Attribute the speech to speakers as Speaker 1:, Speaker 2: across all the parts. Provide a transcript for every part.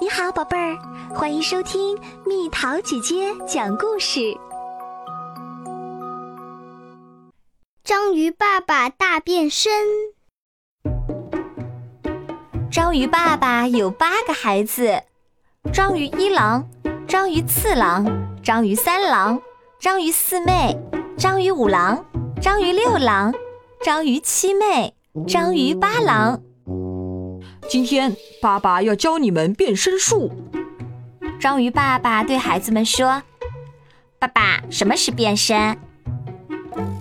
Speaker 1: 你好，宝贝儿，欢迎收听蜜桃姐姐讲故事。
Speaker 2: 章鱼爸爸大变身。
Speaker 3: 章鱼爸爸有八个孩子：章鱼一郎、章鱼次郎、章鱼三郎、章鱼四妹、章鱼五郎、章鱼六郎、章鱼七妹、章鱼八郎。
Speaker 4: 今天爸爸要教你们变身术。
Speaker 3: 章鱼爸爸对孩子们说：“爸爸，什么是变身？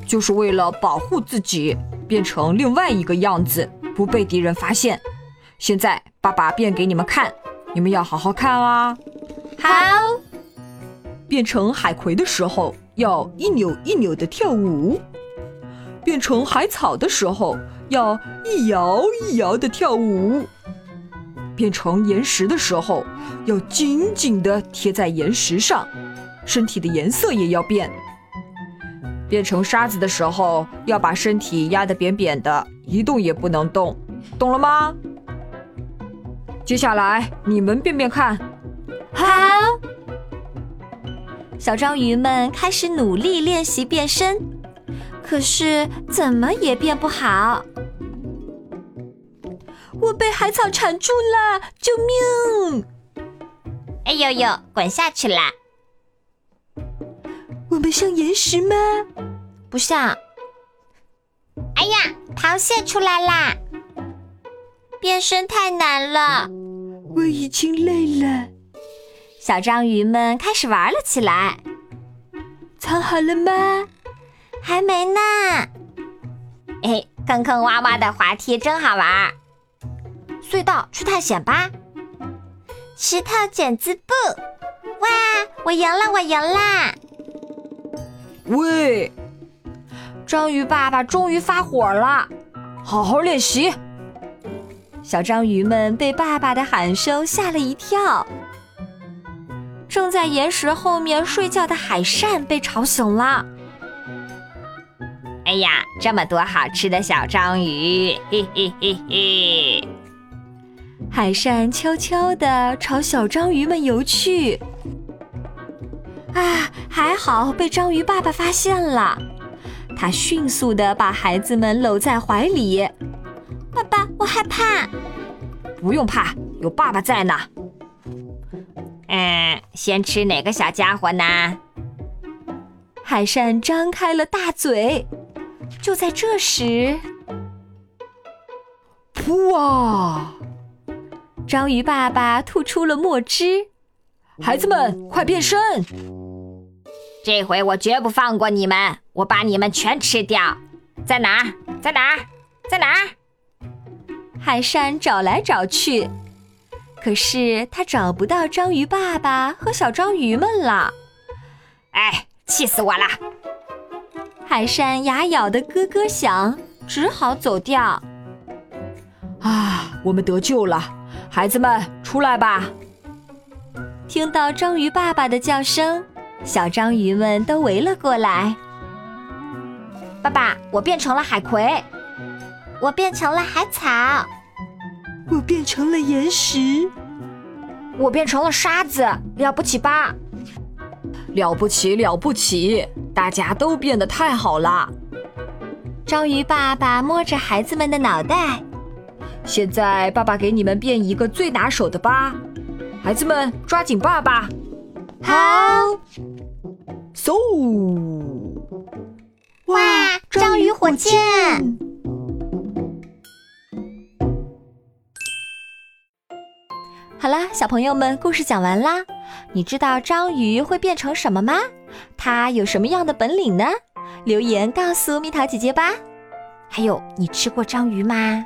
Speaker 4: 就是为了保护自己，变成另外一个样子，不被敌人发现。现在爸爸变给你们看，你们要好好看啊！
Speaker 3: 好，
Speaker 4: 变成海葵的时候要一扭一扭的跳舞，变成海草的时候要一摇一摇的跳舞，变成岩石的时候要紧紧的贴在岩石上，身体的颜色也要变。变成沙子的时候，要把身体压得扁扁的，一动也不能动，懂了吗？接下来你们变变看，
Speaker 3: 好！”小章鱼们开始努力练习变身，可是怎么也变不好。我被海草缠住了，救命！
Speaker 5: 哎呦呦，滚下去啦！
Speaker 3: 我们像岩石吗？不像。
Speaker 5: 哎呀，螃蟹出来啦！变身太难了，
Speaker 4: 我已经累了。
Speaker 3: 小章鱼们开始玩了起来。
Speaker 4: 藏好了吗？
Speaker 3: 还没呢。
Speaker 5: 哎，坑坑洼洼的滑梯真好玩。
Speaker 3: 隧道去探险吧！
Speaker 5: 石头剪子布，哇，我赢了，我赢啦！
Speaker 4: 喂，
Speaker 3: 章鱼爸爸终于发火了。
Speaker 4: 好好练习。
Speaker 3: 小章鱼们被爸爸的喊声吓了一跳。正在岩石后面睡觉的海扇被吵醒了。
Speaker 5: 哎呀，这么多好吃的小章鱼，嘿嘿嘿嘿！
Speaker 3: 海扇悄悄地朝小章鱼们游去。啊，还好被章鱼爸爸发现了，他迅速地把孩子们搂在怀里。
Speaker 5: 爸爸，我害怕。
Speaker 4: 不用怕，有爸爸在呢。
Speaker 5: 嗯，先吃哪个小家伙呢？
Speaker 3: 海扇张开了大嘴。就在这时，
Speaker 4: 噗啊！
Speaker 3: 章鱼爸爸吐出了墨汁。
Speaker 4: 孩子们，快变身！
Speaker 5: 这回我绝不放过你们，我把你们全吃掉！在哪儿？在哪儿？在哪儿？
Speaker 3: 海扇找来找去，可是他找不到章鱼爸爸和小章鱼们了。
Speaker 5: 哎，气死我了！
Speaker 3: 海扇牙咬得咯咯响，只好走掉。
Speaker 4: 啊，我们得救了！孩子们，出来吧！
Speaker 3: 听到章鱼爸爸的叫声，小章鱼们都围了过来。
Speaker 5: 爸爸，我变成了海葵。
Speaker 2: 我变成了海草，
Speaker 4: 我变成了岩石，
Speaker 3: 我变成了沙子，了不起吧？
Speaker 4: 了不起，了不起！大家都变得太好了。
Speaker 3: 章鱼爸爸摸着孩子们的脑袋，
Speaker 4: 现在爸爸给你们变一个最拿手的吧，孩子们抓紧爸爸。
Speaker 3: 好
Speaker 4: ，so！
Speaker 2: 哇，章鱼火箭！
Speaker 3: 好啦，小朋友们，故事讲完啦。你知道章鱼会变成什么吗？它有什么样的本领呢？留言告诉蜜桃姐姐吧。还有，你吃过章鱼吗？